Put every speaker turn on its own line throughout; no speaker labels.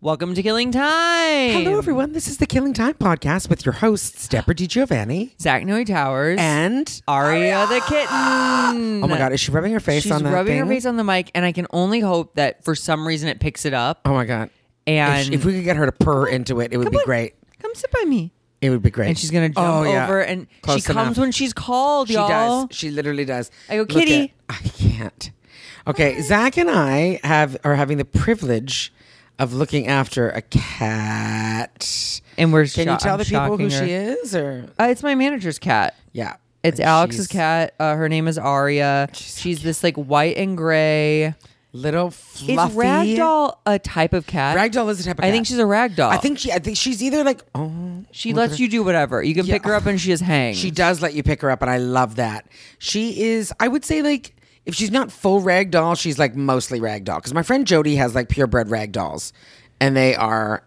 Welcome to Killing Time.
Hello, everyone. This is the Killing Time podcast with your hosts, Deborah DiGiovanni
Zach Noy Towers
and.
Aria the kitten.
Oh my God, is she rubbing her face
She's
on that
rubbing
thing?
her face on the mic, and I can only hope that for some reason it picks it up.
Oh my God. If,
and
she- if we could get her to purr into it, it would be
Come on.
great.
come sit by me,
It would be great.
and she's gonna jump
Oh, yeah.
over, and
Close
she comes
enough.
when she's called,
She
y'all.
does. She literally does.
I go,
Look
"Kitty."
at- I can't. Okay, Zach and I have are having the privilege of looking after a cat.
And we're
Can
sho-
you tell
I'm
the people who
shocking her.
she is? Or
Uh, it's my manager's cat.
yeah,
It's
And
Alex's
she's
cat. Uh, her name is Aria. She's, this like white and gray.
Little
Is
fluffy
ragdoll a type of cat?
Ragdoll is a type of
I
cat.
think she's a ragdoll.
I think she. I think she's either like oh,
she lets you do whatever. You can pick her up and she just hangs.
She does let you pick her up, and I love that. She is, I would say, like, if she's not full rag doll, she's like mostly rag doll. Because my friend Jody has like purebred rag dolls, and they are.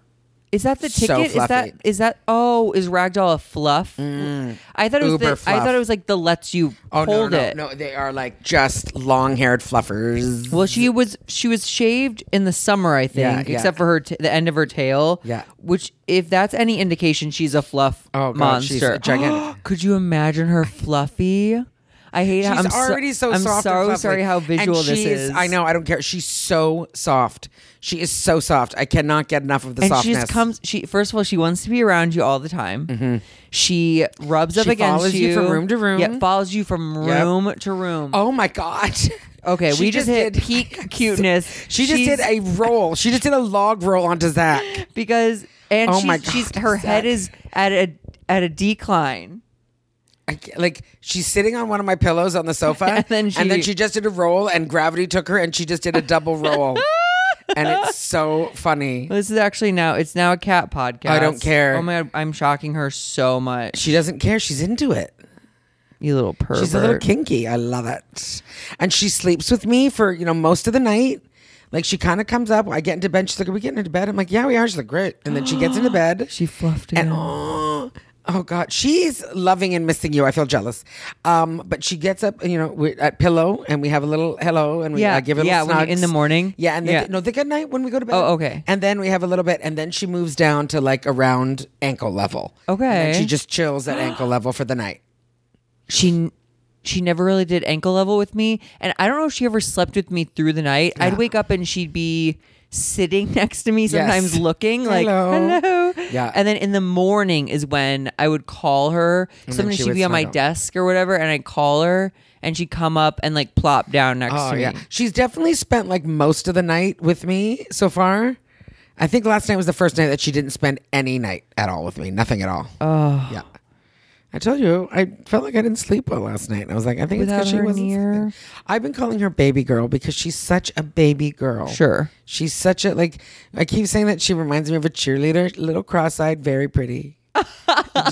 Is that the
So
ticket? is that
fluffy. Mm.
is that oh, is Ragdoll a fluff? I thought it was
Uber
the, I
fluff.
thought it was like the lets you
Oh no,
hold
no,
it.
no, no! They are like just long-haired fluffers.
Well, she was she was shaved in the summer, I
Yeah,
think,
yeah.
except for her t- the end of her tail.
Yeah.
Which, if that's any indication, she's a fluff
Oh, God,
monster.
she's gigantic.
Could you imagine her fluffy? I hate. how,
She's
I'm so-
already so,
I'm
soft.
so
and fluffy.
sorry how
And
visual this
she
is.
I know. I don't care. She's so soft. She is so soft. I cannot get enough of the
And she
softness. Mm-hmm.
just comes. She first of all, she wants to be around you all the time. She rubs up
She
against
follows you from room to room.
Yeah, follows you from
Yep.
room to room.
Oh my god.
Okay,
She
we just, hit
did-
peak cuteness.
She just
She's-
did a roll. She just did a log roll onto Zach.
because and
Oh
she's,
my
she's
God,
her head
Zach.
is at a at a decline.
I ca- like she's sitting on one of my pillows on the sofa,
And then she-
just did a roll, and gravity took her, and she just did a double roll, and it's so funny.
This is actually now it's now a cat podcast.
I don't care.
Oh my god, I'm shocking her so much.
She doesn't care. She's into it.
You little pervert.
She's a little kinky. I love it, and she sleeps with me for you know most of the night. Like she kind of comes up. I get into bed. She's like, "Are we getting into bed?" I'm like, "Yeah, we are." She's like, "Great," and then she gets into bed.
She fluffed
and
him.
oh, oh god she's loving and missing you i feel jealous um but she gets up you know we at pillow and we have a little hello and we
Yeah,
uh, give it
yeah, when you- in the morning.
yeah and then
Yeah.
no the good night when we go to bed
Oh, okay.
and then we have a little bit and then she moves down to like around ankle level and
Okay.
then she just chills at ankle level for the night
she she never really did ankle level with me and i don't know if she ever slept with me through the night i'd wake up and she'd be sitting next to me sometimes looking like
Hello.
hello
Yeah.
and then in the morning is when i would call her sometimes she
she
would
would
be on my
snuggle.
desk or whatever and i'd call her and she'd come up and like plop down next
oh
to me
yeah she's definitely spent like most of the night with me so far i think last night was the first night that she didn't spend any night at all with me nothing at all
oh
Yeah. I told you, I felt like I didn't sleep well last night. And I was like, I think
Without
it's because she
her
wasn't.
near.
sleeping. I've been calling her baby girl because she's such a baby girl.
sure
She's such a, like, I keep saying that she reminds me of a cheerleader, little cross eyed, very pretty. Do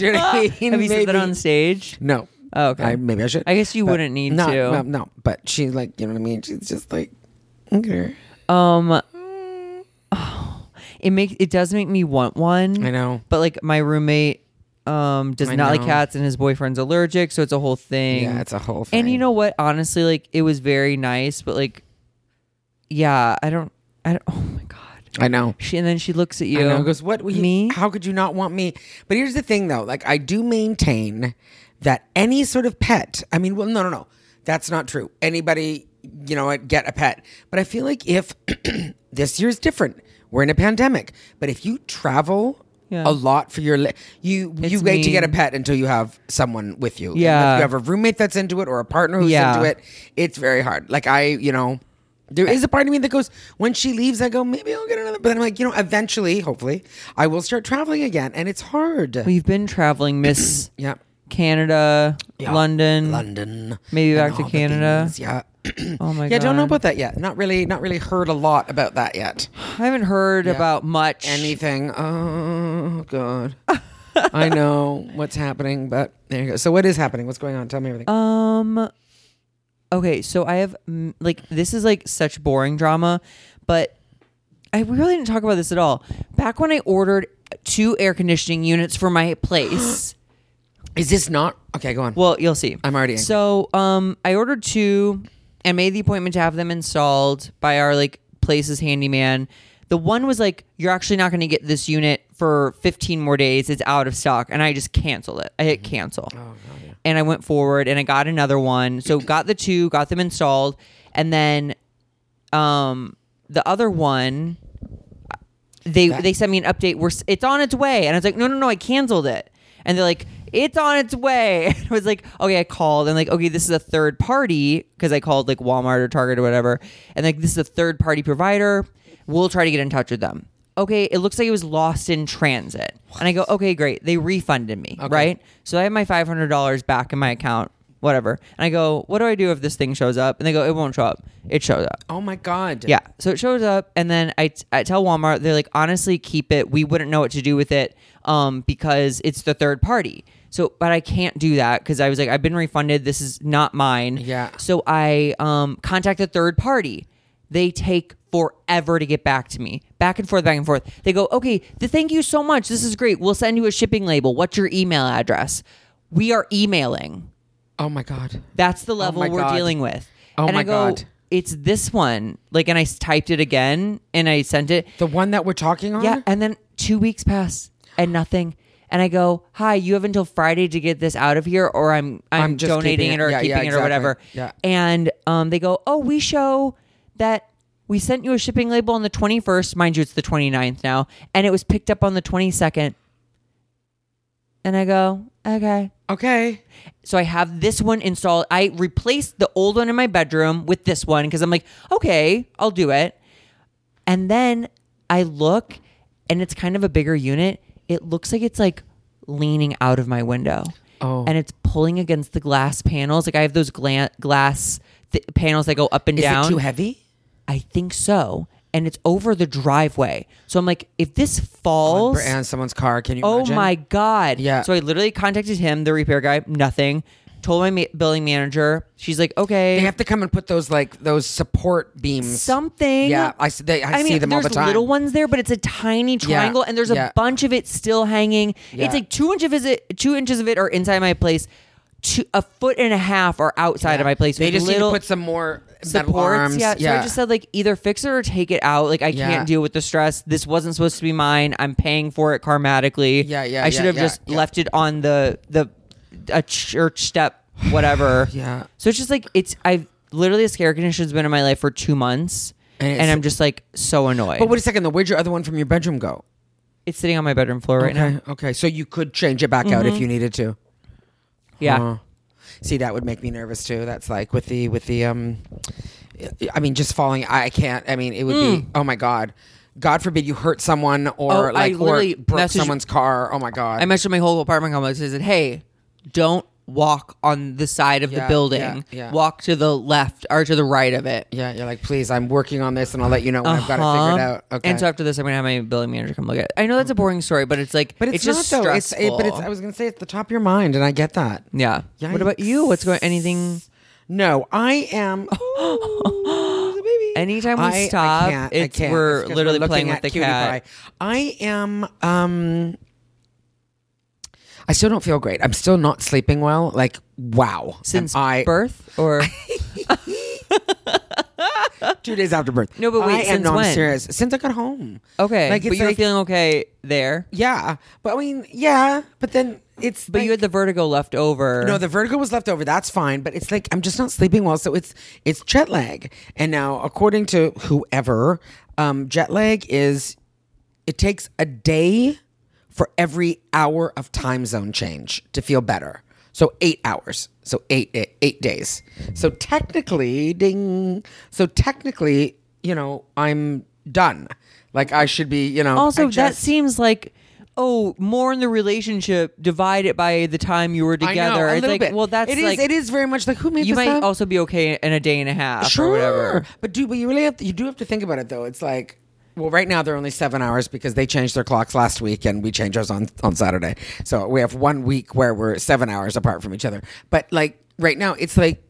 you know what I mean?
have you said that
Maybe-
on stage
No.
Oh, okay.
I, maybe I should.
I guess you
But
wouldn't need
no,
to.
No, no. But she's like, you know what I mean? She's just like, okay.
um it makes it does make me want one
I know.
but like my roommate um does
I
not like
know.
cats and his boyfriend's allergic so it's a whole thing
Yeah, it's a whole thing.
and you know what honestly like it was very nice but like yeah i don't i don't oh my god
I know.
she and then she looks at you
I know. Goes what we,
me
How could you not want me? But here's the thing, though. Like I do maintain that any sort of pet. I mean, well, no, no, no. That's not true. Anybody, you know, what, get a pet. But I feel like if this year's different, we're in a pandemic. But if you travel.
Yeah.
A lot for your li- you you
It's
wait to get a
mean.
pet until you have someone with you. And
Yeah.
if you have a roommate that's into it or a partner who's
Yeah.
into it, it's very hard. Like I, you know, there is a part of me that goes, when she leaves, I go, maybe I'll get another. But I'm like, you know, eventually, hopefully, I will start traveling again. And it's hard.
we've been traveling miss
yeah.
canada
Yeah.
london
London.
Maybe
and
back to
all the
Canada.
things. Yeah.
oh my god
yeah, don't know about that yet. Not really, not really heard a lot about that yet.
i haven't heard about much
Anything. Oh, God. I know what's happening, but there you go. So, what is happening? What's going on? Tell me everything.
Um. Okay, so I have mm, like this is like such boring drama, but I we really didn't talk about this at all. Back when I ordered two air conditioning units for my place,
is this not? Okay, go on.
well, you'll see.
I'm already angry.
So, um, I ordered two and made the appointment to have them installed by our like place's handyman. The one was like, you're actually not going to get this unit for 15 more days. It's out of stock. And I just canceled it. I hit
Mm-hmm.
cancel.
Oh,
And I went forward and I got another one. So got the two, got them installed. And then um, the other one, they they sent me an update. We're s- it's on its way, and I was like, no, no, no, I canceled it. And they're like, it's on its way. And I was like, okay, I called and like, okay, this is a third party because I called like Walmart or Target or whatever, and like this is a third party provider. We'll try to get in touch with them. Okay, it looks like it was lost in transit, and I go, okay, great. They refunded me, right? So I have my five hundred dollars back in my account, whatever. And I go, what do I do if this thing shows up? And they go, it won't show up. It shows up.
Oh my god.
Yeah. So it shows up, and then I, I tell Walmart, they're like, honestly, keep it. We wouldn't know what to do with it um, because it's the third party. So, but I can't do that because I was like, I've been refunded. This is not mine.
Yeah.
So I um, contact the third party. They take forever to get back to me, back and forth, back and forth. They go, okay, th- thank you so much. This is great. We'll send you a shipping label. What's your email address? We are emailing.
Oh my god.
That's the level
my
we're
God.
dealing with.
Oh
and
my
I go,
God.
It's this one. Like, and I s- typed it again and I sent it.
The one that we're talking on?
Yeah. And then two weeks pass and nothing. And I go, hi, you have until Friday to get this out of here, or I'm I'm,
I'm just
donating
keeping
it
it.
or
Yeah,
keeping
yeah,
it or
exactly.
whatever.
Yeah.
And um, they go, oh, we show that we sent you a shipping label on the 21st. Mind you, it's the 29th now, and it was picked up on the 22nd. And I go, okay.
Okay.
So I have this one installed. I replaced the old one in my bedroom with this one because I'm like, okay, I'll do it. And then I look and it's kind of a bigger unit. It looks like it's like leaning out of my window.
Oh.
And it's pulling against the glass panels. Like I have those gla- glass th- panels that go up and
Is
down.
it too heavy?
I think so. And it's over the driveway. So I'm like, if this falls.
And someone's car. Can you
Oh
imagine?
my god!
Yeah.
So I literally contacted him, the repair guy. Nothing. Told my ma- billing manager. She's like,
They
okay,
have to come and put those like those support beams.
something.
Yeah, I see- they- I see them all the
there's
time.
little ones there, but it's a tiny triangle, and there's a
yeah.
bunch of it still hanging.
Yeah.
It's like two inches of it. Two inches of it are inside my place. Two, a foot and a half are outside of my place.
They
with
just
little
need to put some more metal
supports.
arms.
Yeah. So I just said like either fix it or take it out. Like I
Yeah.
can't deal with the stress. This wasn't supposed to be mine. I'm paying for it karmatically.
Yeah, yeah,
I should
yeah,
have
yeah,
just
yeah.
left it on the the a church step, whatever.
Yeah.
So it's just like it's I've literally this air conditioner's been in my life for two months.
And
And,
it's-
I'm just like so annoyed.
But wait a second though. Where'd your other one from your bedroom go?
it's sitting on my bedroom floor right now. Mm-hmm.
Okay. Okay. So you could change it back out if you needed to.
Yeah.
Huh. See, that would make me nervous too. That's like with the with the um, I mean, just falling. I I can't. I mean, it would be. Oh my god. God forbid you hurt someone
Mm. Oh,
or
I
like or
literally
broke
messaged-
someone's car. Oh my god.
I mentioned my whole apartment complex. I said, "Hey, don't walk on the side of the
Yeah,
building.
yeah, yeah.
Walk to the left or to the right of it."
yeah, you're like, please, I'm working on this, and I'll let you know when I've got it figured
Uh-huh.
out. Okay.
And so after this, I'm gonna have my billing manager come look at it. I know that's a boring story, but it's like,
but it's,
just
not though. It's,
stressful.
it, but it's. uh, I was gonna say it's the top of your mind, and I get that.
yeah. What about you? What's going? Anything?
No, I am. Oh, the baby.
Anytime we stop, it's- we're
just
literally
looking
playing with
at
the
Cutie
cat.
Pie. I am. Um, I still don't feel great. I'm still not sleeping well. Like wow, Am
Since
I
birth or
two days after birth.
No, but wait,
I am,
since
no, I'm
when? Oh.
serious. Since I got home.
okay?
Like,
but
it's
you were
like-
feeling okay there,
Yeah, but I mean, yeah, but then it's.
but you had
like-
the vertigo left over.
No, the vertigo was left over. That's fine, but it's like I'm just not sleeping well, so it's it's jet lag. And now, according to whoever, um, jet lag is it takes a day for every hour of time zone change to feel better. So eight hours. So eight eight, eight days. So technically, ding. So technically, you know, I'm done. Like I should be, you know.
also
I
that
just-
seems like. Oh, more in the relationship, divide it by the time you were
I know,
together.
a
it's
little
like,
bit.
well, that's
it is.
like
it is very much like who made
you
this
might
up?
also be okay in a day and a half or whatever.
But dude, but you really have to, you do have to think about it though. It's like, well, right now they're only seven hours because they changed their clocks last week and we changed ours on on Saturday. So we have one week where we're seven hours apart from each other. But like right now, it's like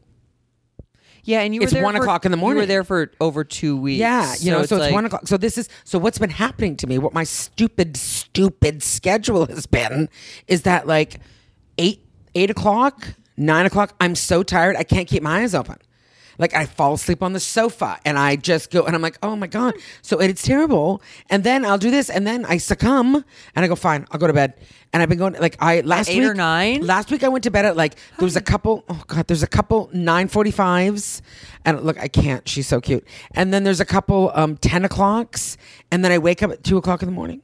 Yeah, and you
It's
were there
one
for-
o'clock in the
You
morning.
were there for over two weeks.
yeah, you know. So it's,
like-
one o'clock. So this is so what's been happening to me. What my stupid, stupid schedule has been is that like eight eight o'clock, nine o'clock. I'm so tired. I can't keep my eyes open. Like I fall asleep on the sofa and I just go and I'm like, oh my God. So it's terrible. And then I'll do this and then I succumb and I go, fine, I'll go to bed. And I've been going like I last
eight or
week-
nine?
Last week I went to bed at like there was a couple oh god, there's a couple nine forty fives. And look, I can't, she's so cute. And then there's a couple um ten o'clocks, and then I wake up at two o'clock in the morning.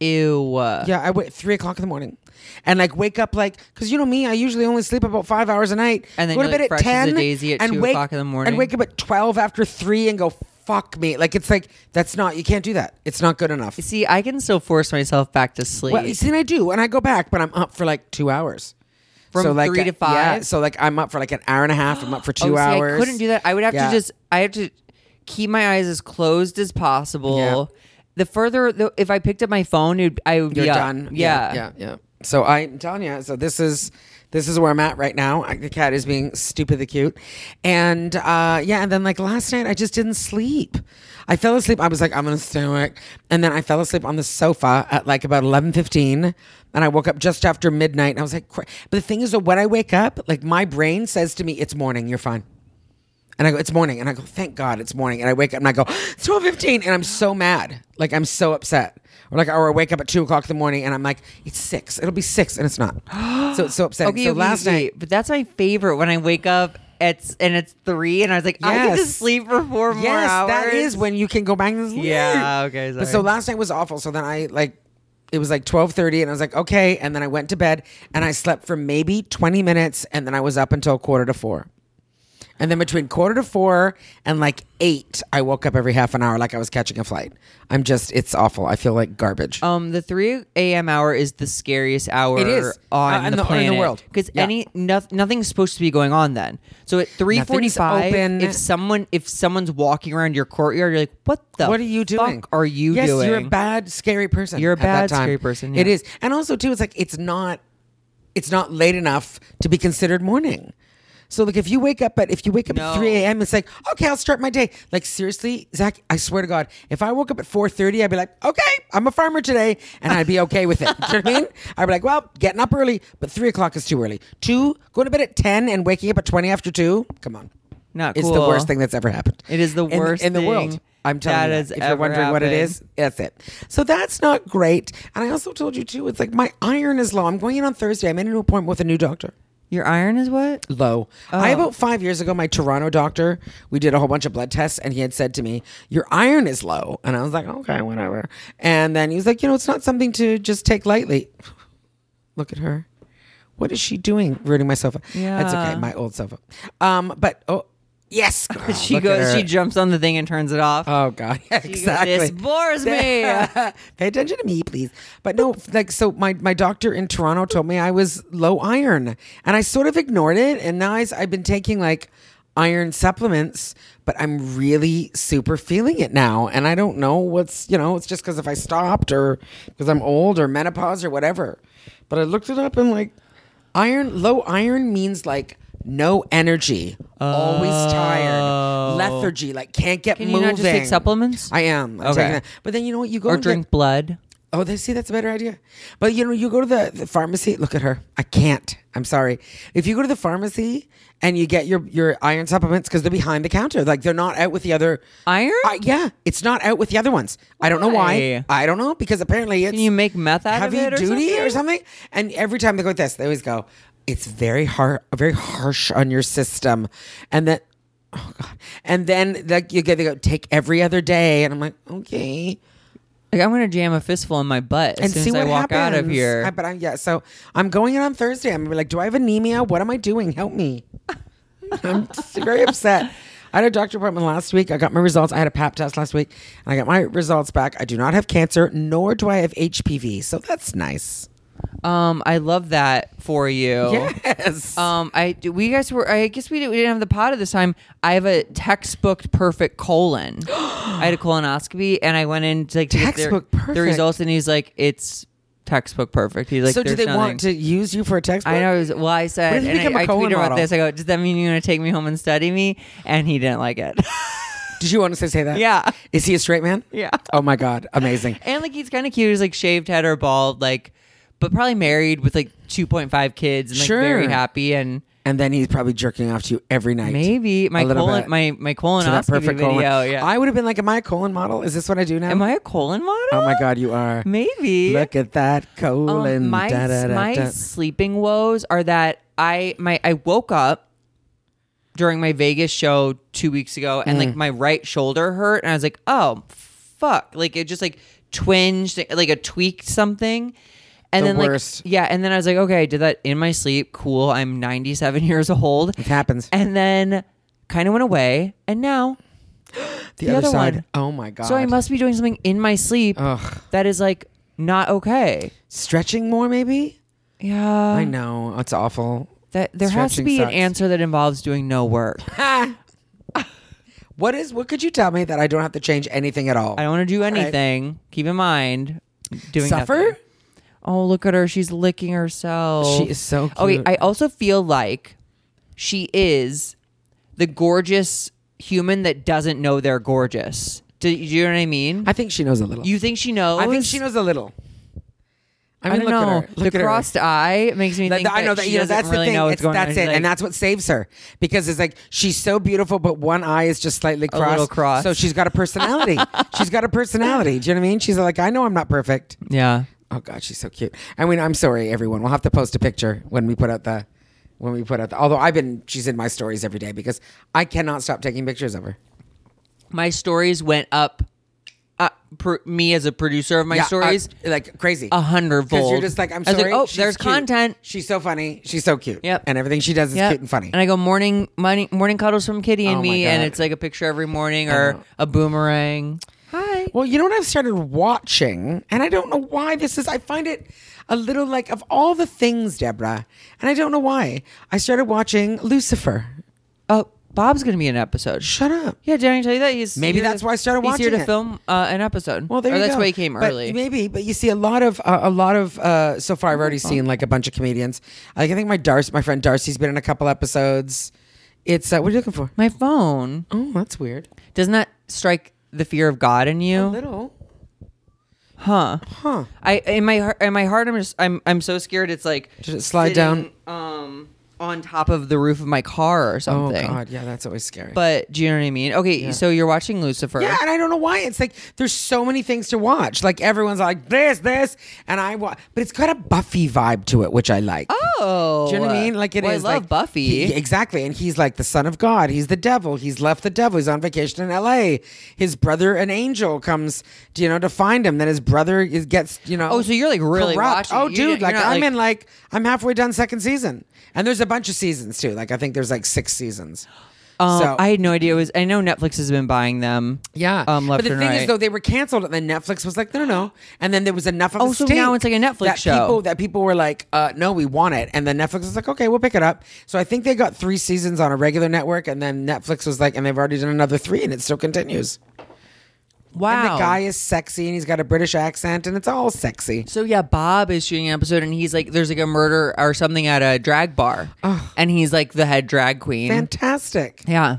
Ew.
Yeah, I wait three o'clock in the morning, and like wake up like because you know me, I usually only sleep about five hours a night.
And then
go to
you're,
bed
like, fresh
at
as a
ten
daisy at
and
2
wake,
o'clock in the morning.
and wake up at twelve after three and go fuck me. Like it's like that's not you can't do that. It's not good enough.
See, I can still force myself back to sleep.
Well, you see, and I do, and I go back, but I'm up for like two hours.
From
like,
three to
yeah,
five?
so like I'm up for like an hour and a half. I'm up for
Oh,
two
see,
hours.
I couldn't do that. I would have
Yeah.
to just. I have to keep my eyes as closed as possible.
Yeah.
The further, the, if I picked up my phone, it, I would
You're
be up.
done.
Yeah.
yeah, yeah. yeah. So I'm telling you. So this is this is where I'm at right now. I, the cat is being stupidly cute, and uh, yeah. And then like last night, I just didn't sleep. I fell asleep. I was like, I'm gonna stay awake, and then I fell asleep on the sofa at like about 11:15, and I woke up just after midnight. And I was like, cra- but the thing is that when I wake up, like my brain says to me, it's morning. You're fine. And I go, it's morning. And I go, thank God it's morning. And I wake up and I go, it's 12.15. And I'm so mad. Like, I'm so upset. Or like, or I wake up at 2 o'clock in the morning and I'm like, it's 6. It'll be 6. And it's not. So it's so upsetting.
Okay.
so
okay,
last
okay.
night.
but that's my favorite when I wake up. It's and it's three, and I was like, I get to
Yes.
sleep for four more
yes,
hours.
that is when you can go back and sleep.
Yeah, okay,
But so
sorry.
last night was awful. So then I like, it was like 12.30 and I was like, okay. And then I went to bed and I slept for maybe 20 minutes. And then I was up until quarter to 4. And then between quarter to four and like eight, I woke up every half an hour like I was catching a flight. I'm just, it's awful. I feel like garbage.
Um, the three a.m. hour is the scariest hour
It is.
on
Uh, in
the,
the- in the
planet
world.
because
Yeah.
any no, nothing's supposed to be going on then. So at three forty-five,
open.
if someone if someone's walking around your courtyard, you're like, what the
what are you
fuck
doing?
Are you
yes,
doing?
You're a bad, scary person.
You're a
at that
bad,
time.
scary person,
It
yeah.
is. And also, too, it's like, it's not, it's not late enough to be considered morning. So like if you wake up at if you wake up at
No.
3 a.m. it's like okay I'll start my day like seriously Zach I swear to God if I woke up at 4:30 I'd be like okay I'm a farmer today and I'd be okay with it do you know what I mean I'd be like well getting up early but three o'clock is too early two going to bed at 10 and waking up at 20 after two come on
Not
it's the
cool.
worst thing that's ever happened
It is the
in-
worst
in, the world.
thing
I'm
that
telling you,
has
if you're
ever
wondering what it
happened.
is, that's it. So that's not great. And I also told you too, it's like my iron is low. I'm going in on Thursday. I'm in an appointment with a new doctor.
Your iron is what?
Low. I
Oh.
about five years ago, my Toronto doctor, we did a whole bunch of blood tests, and he had said to me, "Your iron is low," and I was like, "Okay, whatever." And then he was like, "You know, it's not something to just take lightly." Look at her. What is she doing? Ruining my sofa. That's
Yeah.
okay. My old sofa. Um, but oh, yes. girl,
She
look at
goes.
her.
She jumps on the thing and turns it off.
Oh God, Yeah, exactly.
This bores me.
Pay attention to me, please. But no, like so, my my doctor in Toronto told me I was low iron, and I sort of ignored it. And now I, have been taking like iron supplements, but I'm really super feeling it now, and I don't know what's you know. It's just because if I stopped or because I'm old or menopause or whatever. But I looked it up and like iron low iron means like. No energy, always tired, lethargy, like can't get
Can you
moving.
not just take supplements?
I am. I'm
Okay.
taking that. But then you know what? You go
or
and get-
drink blood.
oh, they see that's a better idea. But you know, you go to the, the pharmacy. Look at her. I can't. I'm sorry. If you go to the pharmacy and you get your your iron supplements because they're behind the counter, like they're not out with the other
Iron?
I- yeah, it's not out with the other ones. I don't know why.
Why?
I don't know because apparently it's
Can you make meth out
heavy
of it or
duty
something?
or something. And every time they go with this, they always go, "It's very hard, very harsh on your system," and then. Oh God! And then like you get to go take every other day, and I'm like, okay,
Like I'm gonna jam a fistful in my butt as
and
soon
see
as
what
I walk
happens.
out of here.
I- but I'm yeah, so I'm going in on Thursday. I'm gonna be like, do I have anemia? What am I doing? Help me! I'm just very upset. I had a doctor appointment last week. I got my results. I had a pap test last week, and I got my results back. I do not have cancer, nor do I have HPV, so that's nice.
Um, I love that for you.
Yes.
Um, I we guys were. I guess we didn't, we didn't have the pod at this time. I have a textbook perfect colon. I had a colonoscopy and I went in to like to get their-
Textbook perfect.
the results, and he's like, it's textbook perfect. He's like,
so do
"There's
they
nothing."
want to use you for a textbook?
I know. it was- Well, I
What if
said,
you
and
become a
I, I
colon
tweeted about
model?
this. I go, does that mean you're gonna take me home and study me? And he didn't like it.
Did you honestly say that?
Yeah.
Is he a straight man?
Yeah.
Oh my god, amazing.
and like he's kind of cute. He's like shaved head or bald, like, but probably married with like 2.5 kids and like
Sure.
very happy and.
and then he's probably jerking off to you every night.
Maybe my
A little
colon,
bit.
my my colonoscopy
to that perfect
video.
colon.
Yeah.
I would have been like, "Am I a colon model? Is this what I do now?"
Am I a colon model?
oh my god, you are.
Maybe.
Look at that
Um,
colon.
my
da, da, da,
my
da.
sleeping woes are that I my I woke up during my Vegas show two weeks ago and
Mm.
like my right shoulder hurt and I was like, oh fuck, like it just like twinged, like a tweaked something. And
The
then like
worst.
yeah, and then I was like, okay, I did that in my sleep. Cool. I'm 97 years old.
It happens.
And then kind of went away, and now
the,
the
other,
other
side.
one.
Oh my god.
so I must be doing something in my sleep
Ugh.
that is like not okay.
stretching more, maybe.
Yeah,
I know it's awful.
That there has to
Stretching
be
sucks.
an answer that involves doing no work.
Ha! what is? What could you tell me that I don't have to change anything at all?
I don't want to do
right.
anything. Keep in mind, doing
Suffer?
nothing. Oh, look at her! She's licking herself.
She is so cute.
Okay, I also feel like she is the gorgeous human that doesn't know they're gorgeous. Do, do you know what I mean?
I think she knows a little.
you think she knows?
I think she knows a little. I
I
mean,
don't
look
know.
at her. Look
the
at her.
crossed eye makes me
That-
think.
that- I know that
she
you know
doesn't
that's
really
the thing.
Know what's
it's,
going on.
that's
She's
it, and
like-
that's what saves her because it's like she's so beautiful, but one eye is just slightly
little
crossed.
crossed.
So she's got a personality. she's got a personality. Do you know what I mean? She's like, I know I'm not perfect.
yeah.
Oh God, she's so cute. I mean, I'm sorry, everyone. We'll have to post a picture when we put out the when we put out the. Although I've been, she's in my stories every day because I cannot stop taking pictures of her.
My stories went up. Uh, pr- me as a producer of my
Yeah, uh,
stories,
like crazy.
a hundredfold.
Because you're just like, I'm
I was
sorry.
oh,
she's
there's
cute.
content.
She's so funny. She's so cute.
Yep.
And everything she does is
Yep.
cute and funny.
And I go morning, morning, morning cuddles from Kitty and
Oh my
me, and
God.
it's like a picture every morning
know.
or a boomerang. Hi.
Well, you know what I've started watching, and I don't know why this is. I find it a little like of all the things, Deborah, and I don't know why. I started watching Lucifer.
Oh, Bob's gonna be in an episode.
Shut up.
Yeah, did I tell you that he's
Maybe
here to-
that's why I started
he's here
watching
to
it.
film uh, an episode.
Well, there
or
you
that's
go.
why he came
But
early.
Maybe, but you see a lot of uh, a lot of uh, so far. I've already seen like a bunch of comedians. Like I think my Darcy, my friend Darcy's been in a couple episodes. It's uh, what are you looking for?
My phone
Oh, that's weird.
doesn't that strike the fear of God in
A
you,
little,
huh?
huh?
I in my heart, in my heart, I'm just I'm I'm so scared. It's like
Did it slide
sitting,
down?
um on top of the roof of my car or
Oh
something.
God, yeah, that's always scary.
But do you know what I mean? Okay, so you're watching Lucifer.
Yeah, and I don't know why. It's like there's so many things to watch. Like everyone's like this, this, and I watch, but it's got a Buffy vibe to it, which I like.
Oh,
Do you know what I mean? Like it is.
Well, I love
like,
Buffy.
he- exactly, and he's like the son of God. He's the devil. He's left the devil. He's on vacation in L.A. His brother, an angel, comes, you know, to find him. Then his brother is, gets, you know.
Oh, so you're, like, really
corrupt.
watching it.
Oh,
You-
dude,
you're
like
not,
I'm
like-
in like I'm halfway done second season, and there's a bunch of seasons too. Like I think there's like six seasons.
um,
so-
I had no idea. It was I know Netflix has been buying them.
Yeah.
um, left
but the
and
thing
right.
is, though, they were canceled, and then Netflix was like, no, no, no. And then there was enough of
Oh,
a
so
stink
now it's like a Netflix
that
show.
People, that people were like, uh, no, we want it. And then Netflix was like, okay, we'll pick it up. So I think they got three seasons on a regular network, and then Netflix was like, and they've already done another three, and it still continues.
wow.
And the guy is sexy, and he's got a British accent, and it's all sexy.
so yeah, Bob is shooting an episode, and he's like, "There's like a murder or something at a drag bar," and he's like the head drag queen.
Fantastic.
yeah,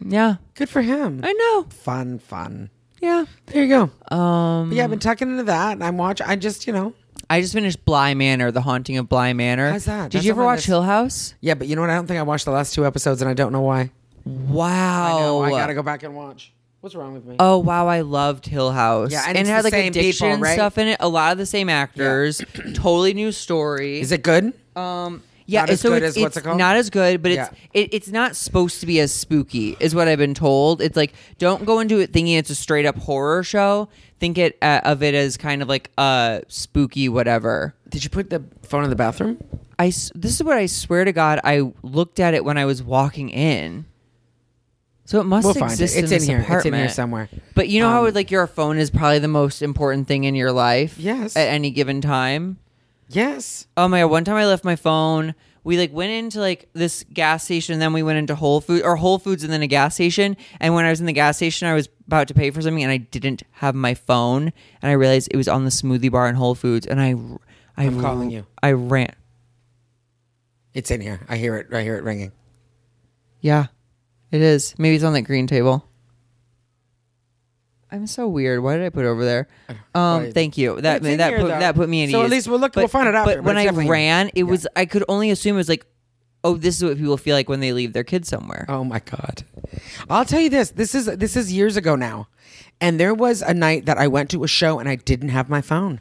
yeah,
Good for him.
I know.
Fun, fun.
Yeah,
There you go. Um, yeah, I've been tucking into that, and I'm watching. I just, you know,
I just finished Bly Manor, The Haunting of Bly Manor.
How's that?
Did
That's
you ever
on my
watch
list.
Hill House?
yeah, but you know what? I don't think I watched the last two episodes, and I don't know why.
Wow.
No, I gotta go back and watch. What's wrong with me?
Oh wow, I loved Hill House.
Yeah, and
it
it's
had
the
like
same people,
addiction and
right?
stuff in it. A lot of the same actors. totally new story.
Is it good?
Um, yeah,
Not as
so
good
it's,
as what's
it's
it called?
Not as good, but it's it, it's not supposed to be as spooky, is what I've been told. It's like don't go into it thinking it's a straight up horror show. Think it uh, of it as kind of like a spooky whatever.
Did you put the phone in the bathroom?
I s- this is what I swear to God I looked at it when I was walking in. So it must
We'll find it.
exist.
It's in
this
here. It's in here
apartment.
somewhere.
But you know how
Um,
like your phone is probably the most important thing in your life.
Yes.
At any given time.
Yes.
Oh my god! One time I left my phone. We like went into like this gas station, then we went into Whole Foods or Whole Foods, and then a gas station. And when I was in the gas station, I was about to pay for something, and I didn't have my phone, and I realized it was on the smoothie bar in Whole Foods, and I, I
I'm calling you.
I ran.
It's in here. I hear it. I hear it ringing.
Yeah, it is. Maybe it's on that green table. I'm so weird. Why did I put it over there? Um,
Why-
thank you. That
it's in
that
here,
put
though.
that put me in.
So at least we'll look- we'll find it
out.
after,
But
but
when
it's
I
definitely-
ran, it was I could only assume it was like oh, this is what people feel like when they leave their kids somewhere.
Oh my god. I'll tell you this. This is this is years ago now. And there was a night that I went to a show and I didn't have my phone.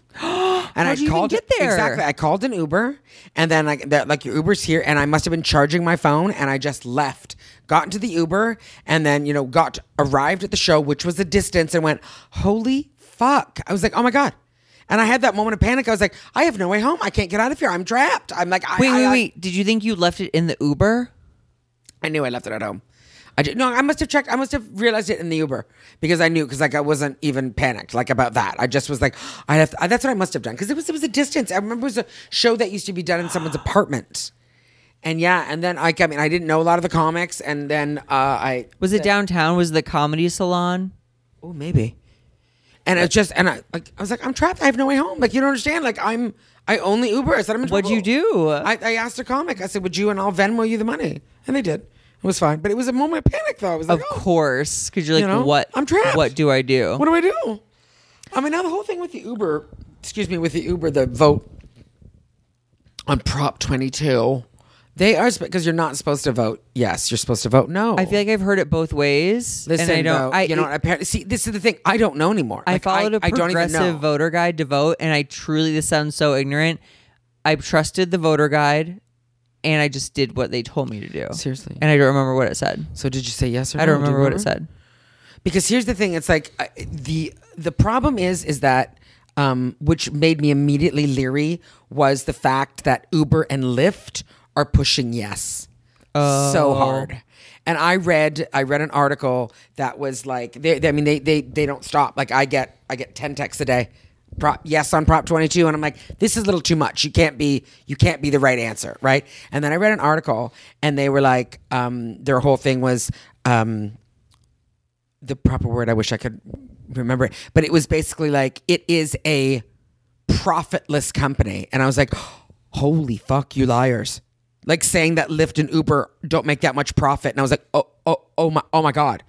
And
How'd you even get there?
Exactly. I called an Uber and then like that like your Uber's here and I must have been charging my phone and I just left. Got into the Uber and then, you know, got arrived at the show, which was the distance, and went, Holy fuck. I was like, Oh my God. And I had that moment of panic. I was like, I have no way home. I can't get out of here. I'm trapped. I'm like, I,
Wait,
I,
wait,
I-
wait. Did you think you left it in the Uber?
I knew I left it at home. I did, no, I must have checked. I must have realized it in the Uber because I knew because like I wasn't even panicked like about that. I just was like, I have. To, that's what I must have done because it was it was a distance. I remember it was a show that used to be done in someone's apartment, and yeah, and then I I mean I didn't know a lot of the comics, and then uh, I
Was it downtown? Was it the comedy salon?
oh maybe, and it just and I like I was like I'm trapped. I have no way home. Like you don't understand. Like I'm I only Uber. I said I'm in
What'd you
trouble.
do?
I, I asked a comic. I said, "Would you and I'll Venmo you the money?" And they did. It was fine, but it was a moment of panic though. I was like,
of
oh.
course, because you're like,
You know,
what?
I'm trapped.
What do I do?
What do I do? I mean, now the whole thing with the Uber, excuse me, with the Uber, the vote on Prop 22, they are because you're not supposed to vote yes, you're supposed to vote no.
I feel like I've heard it both ways.
Listen,
and I don't.
though,
I,
you know, apparently, see, this is the thing. I don't know anymore.
I
Like,
followed a
I don't even know.
progressive voter guide to vote, and I truly this sounds so ignorant. I trusted the voter guide, and I just did what they told me to do.
Seriously. Oh,
and I don't remember what it said.
So did you say yes or no?
I don't
Do you
remember what it said.
because here's the thing it's like I the the problem is is that um, which made me immediately leery was the fact that uber and lyft are pushing yes so hard and i read i read an article that was like they, they- i mean they, they they don't stop like i get i get 10 texts a day prop yes on prop 22 and i'm like this is a little too much you can't be you can't be the right answer right and then i read an article and they were like um, their whole thing was um, the proper word i wish i could remember it but it was basically like it is a profitless company and i was like holy fuck you liars like saying that lyft and uber don't make that much profit and i was like oh oh oh my oh my god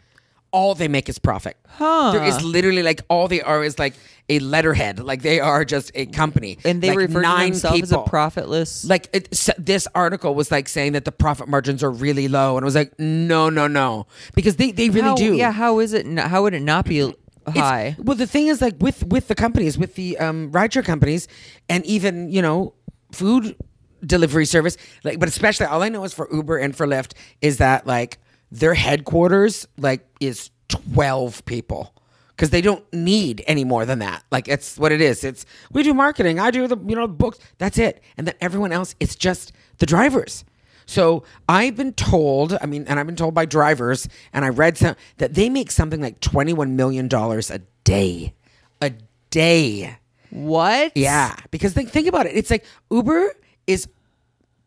all they make is profit huh. there is literally like all they are is like a letterhead like they are just a company
And they
like
refer to
nine
themselves as a
people
profitless.
like it, s- this article was like saying that the profit margins are really low and i was like no no no because they, they really
how,
do
Yeah, how is it? n- How would it not be
it's-
high?
Well, the thing is, like with with the companies, with the um, rideshare companies, and even you know, food delivery service, like but especially all I know is for Uber and for Lyft is that like their headquarters like is twelve people. Because they don't need any more than that. Like it's what it is. It's we do marketing. I do the you know books. That's it. And then everyone else, it's just the drivers. So I've been told, I mean, and I've been told by drivers, and I read some that they make something like twenty-one million dollars a day, a day.
What?
Yeah, because think think about it. It's like Uber is,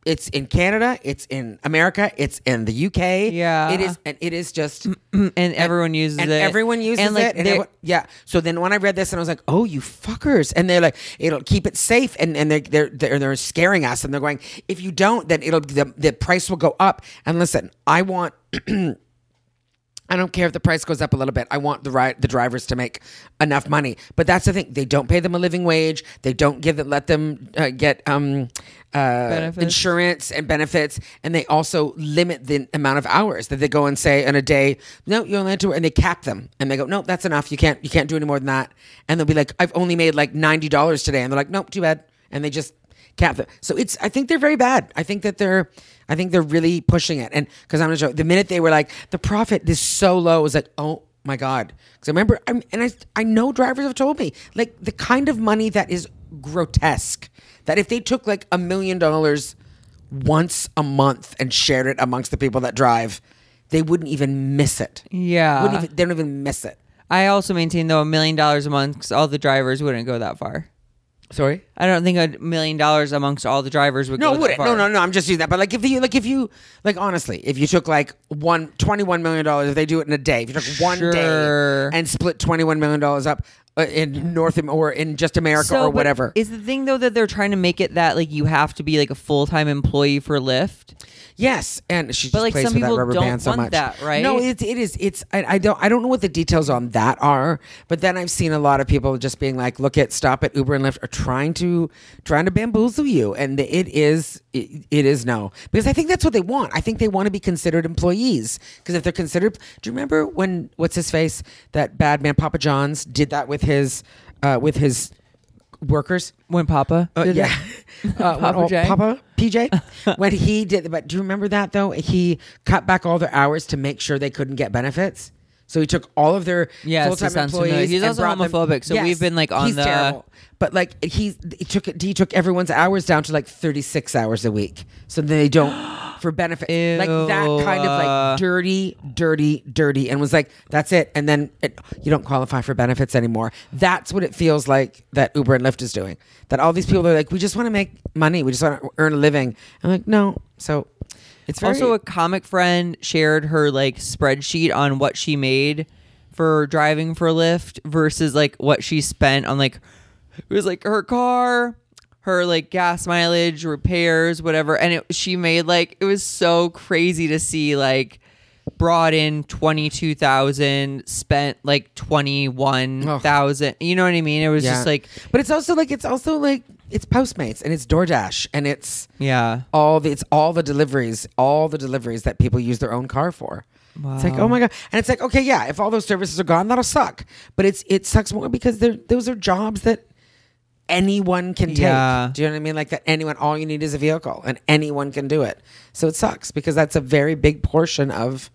it's in Canada, it's in America, it's in the UK.
Yeah.
it is, and it is just
and everyone uses
Mm, and
it.
everyone uses
and, like,
it. And
they-
everyone- yeah. So then when I read this and I was like, oh, you fuckers. And they're like, it'll keep it safe. And, and they're, they're, they're, they're scaring us. And they're going, if you don't, then it'll, the, the price will go up. And listen, I want, I don't care if the price goes up a little bit. I want the ride, the drivers to make enough money. But that's the thing. They don't pay them a living wage. They don't give them, let them uh, get um, uh,
Benefits.
insurance and benefits. And they also limit the amount of hours that they go and say in a day, no, you only have to, and they cap them. And they go, no, that's enough. You can't, you can't do any more than that. And they'll be like, I've only made like $90 today. And they're like, nope, too bad. And they just cap them. So it's, I think they're very bad. I think that they're, I think they're really pushing it. And because I'm gonna show the minute they were like the profit is so low, it was like oh my god. Because I remember, I'm, and I I know drivers have told me like the kind of money that is grotesque. That if they took like a million dollars once a month and shared it amongst the people that drive, they wouldn't even miss it.
Yeah.
wouldn't even, they don't even miss it.
I also maintain though a million dollars amongst all the drivers wouldn't go that far.
Sorry.
I don't think a million dollars amongst all the drivers would
No,
go
it
that
wouldn't.
far.
No, no, no. I'm just using that. But like, if you, like, if you, like, honestly, if you took like one twenty-one million dollars, if they do it in a day, if you took one
Sure.
day and split twenty-one million dollars up uh, in North Am- or in just America
So,
or
but
whatever.
Is the thing though that they're trying to make it that like you have to be like a full time employee for Lyft?
Yes, and she just
like,
plays
some
with that
people
rubber
don't
band so
want
much.
that, right?
No, it's it is it's I, I don't I don't know what the details on that are, but then I've seen a lot of people just being like, look at stop at Uber and Lyft are trying to trying to bamboozle you, and it is it, it is no because I think that's what they want. I think they want to be considered employees because if they're considered, do you remember when what's his face that bad man Papa John's did that with his uh, with his workers?
When Papa,
Uh,
did
yeah,
that?
Uh, when
Papa
all-
J?
Papa PJ. when he did, but do you remember that though? He cut back all their hours to make sure they couldn't get benefits. So he took all of their
Yes,
full-time
this sounds
employees.
familiar. He's
and
also
brought them-
homophobic, so we've been, like, on
he's
the-
terrible. But like he, he took it. He took everyone's hours down to like thirty six hours a week, so they don't for benefit like that
Ew,
kind of
uh,
like dirty, dirty, dirty, and was like, that's it. And then it, you don't qualify for benefits anymore. That's what it feels like that Uber and Lyft is doing. That all these people are like, we just want to make money. We just want to earn a living. I'm like, no. So it's very,
also a comic friend shared her like spreadsheet on what she made for driving for Lyft versus like what she spent on like it was like her car, her like gas mileage, repairs, whatever, and it she made like it was so crazy to see like brought in 22,000 spent like 21,000 you know what i mean it was
yeah.
just like
but it's also like, it's also like, it's Postmates and it's DoorDash and it's
yeah
all the, it's all the deliveries, all the deliveries that people use their own car for. It's like,
Wow.
oh my god, and it's like, okay, yeah, if all those services are gone, that'll suck. But it's it sucks more because they're those are jobs that anyone can take.
Yeah.
Do you know what I mean? Like that anyone, all you need is a vehicle, and anyone can do it. So it sucks because that's a very big portion of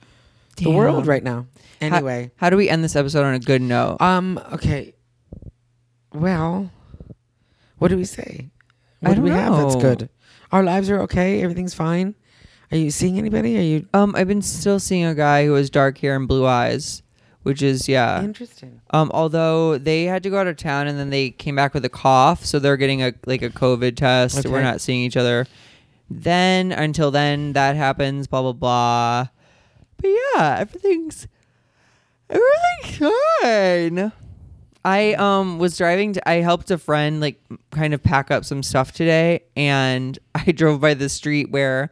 the
Damn.
world right now.
How-
Anyway,
how, do we end this episode on a good note
um, okay, well, what do we say?
I
What do
don't
we have that's
know.
good? Our lives are okay. Everything's fine. Are you seeing anybody? Are you
Um, I've been still seeing a guy who has dark hair and blue eyes, which is yeah.
interesting?
Um, although they had to go out of town and then they came back with a cough, so they're getting a like a COVID test. We're
Okay.
not seeing each other. Then until then, that happens. Blah blah blah. But yeah, everything's everything's fine. I um was driving. To, I helped a friend like kind of pack up some stuff today, and I drove by the street where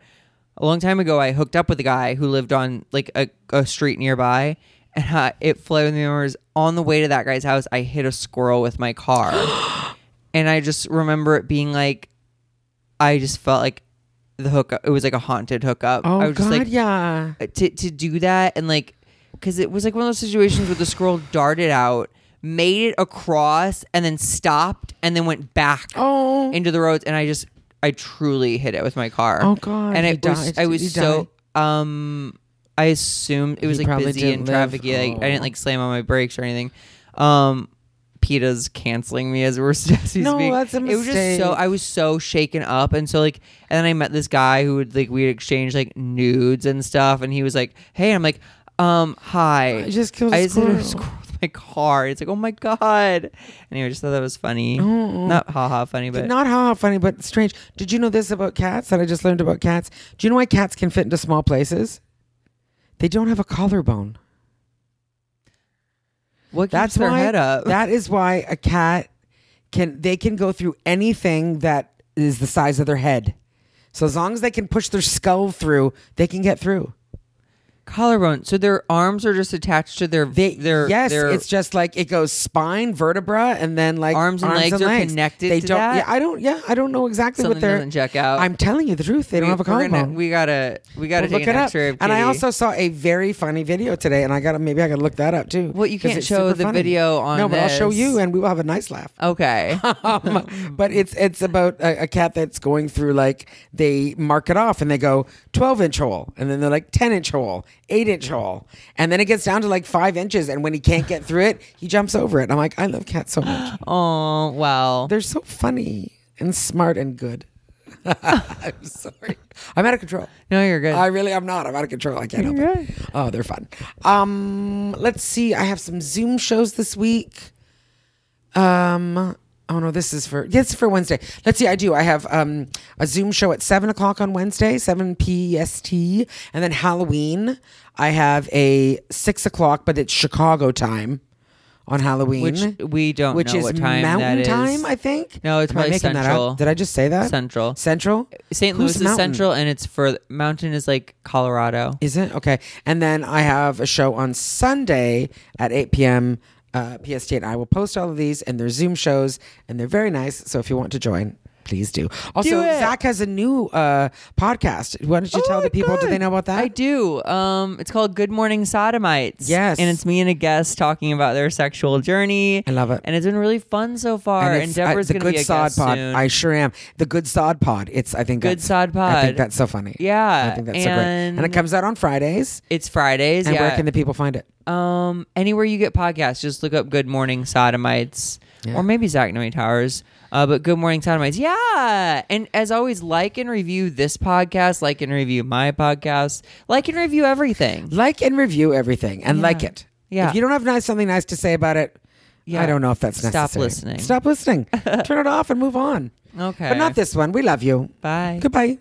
a long time ago I hooked up with a guy who lived on like a, a street nearby, and I, it flew in the memories. On the way to that guy's house, I hit a squirrel with my car, and I just remember it being like, I just felt like the hookup. It was like a haunted hookup.
Oh
I was
God,
just like,
yeah.
to to do that and like because it was like one of those situations where the squirrel darted out made it across and then stopped and then went back
Oh.
into the roads and i just i truly hit it with my car
Oh, God.
and i
He
was
died.
i
Did
was
he
so um i assumed it was
He
like
probably
busy
didn't
and
live.
traffic yeah, like, i didn't
Oh.
like slam on my brakes or anything um PETA's canceling me as we're as we
No,
speak.
that's a
It was just so
mistake.
I was so shaken up, and so like, and then I met this guy who would like we would exchange like nudes and stuff, and he was like, "Hey," I'm like, "Um, hi."
I just killed a
I just hit
squirrel.
squirrel with my car. It's like, oh my god. Anyway, I just thought that was funny. Not haha funny, but
Oh. Not how funny, but strange. Did you know this about cats that I just learned about cats? Do you know why cats can fit into small places? They don't have a collarbone.
what keeps
That's
their
why,
head up?
That is why a cat can they can go through anything that is the size of their head. So as long as they can push their skull through, they can get through.
collarbone. So their arms are just attached to their
They
their
yes,
their,
it's just like it goes spine, vertebra, and then like
Arms and legs are connected
They
to
don't.
that?
Yeah, I don't. Yeah, I don't know exactly
something
what they're.
doesn't check out.
I'm telling you the truth. They don't have a
we're
collarbone.
gonna- we gotta we gotta
Well,
take an X-ray
up.
of
And I
Kitty.
also saw a very funny video today, and I got to maybe I got to look that up too.
Well, you
'cause
can't
it's
show
super
the video on
No, but I'll show
this.
you, and we will have a nice laugh.
okay.
Um, but it's it's about a, a cat that's going through like they mark it off and they go twelve inch hole, and then they're like ten inch hole, eight inch hole, and then it gets down to like five inches, and when he can't get through it, he jumps over it. And I'm like, I love cats so much.
oh wow.
They're so funny and smart and good. I'm sorry, I'm out of control.
No, you're good.
I really am not. I'm out of control. I can't help
You're
it. Oh, they're fun. Um, let's see. I have some Zoom shows this week. Um, oh no, this is for yes for Wednesday. Let's see. I do. I have um a Zoom show at seven o'clock on Wednesday, seven PST, and then Halloween. I have a six o'clock, but it's Chicago time on Halloween,
Which we don't
which
know
is
what time that
Mountain
is.
Time. I think.
No, it's
Am I
probably
making That
Central.
up? Did I just say that?
Central.
Central.
St.
Who's
Louis is
Mountain?
central, and it's for mountain is like Colorado.
Is it okay? And then I have a show on Sunday at 8 p.m. Uh, PST, and I will post all of these, and they're Zoom shows, and they're very nice. So if you want to join, please do. Also,
Do it.
Zach has a new uh, podcast. Why don't you
Oh
tell
my
the people? Do
God.
they know about that?
I do. Um, it's called Good Morning Sodomites.
Yes.
and it's me and a guest talking about their sexual journey.
I love it.
and it's been really fun so far. And,
it's, uh,
Deborah's
the
gonna
good
be a
sod
guest
pod.
soon.
I sure am. The good sod pod. It's I think
Good
that's-
Sod
I
Pod.
think that's so funny.
Yeah,
I think that's so great.
and-
And it comes out on Fridays.
it's Fridays.
And
yeah.
where can the people find it?
Um, anywhere you get podcasts, just look up "Good Morning Sodomites"
Yeah.
or maybe Zach Noe Towers. Uh, but "Good Morning Sodomites," yeah. And as always, like and review this podcast, like and review my podcast, like and review everything.
Like and review everything and like it.
Yeah.
If you don't have nice something nice to say about it,
Yeah.
I don't know if that's
Stop
necessary.
listening.
Stop listening. Turn it off and move on.
Okay,
But not this one. We love you.
Bye.
Goodbye.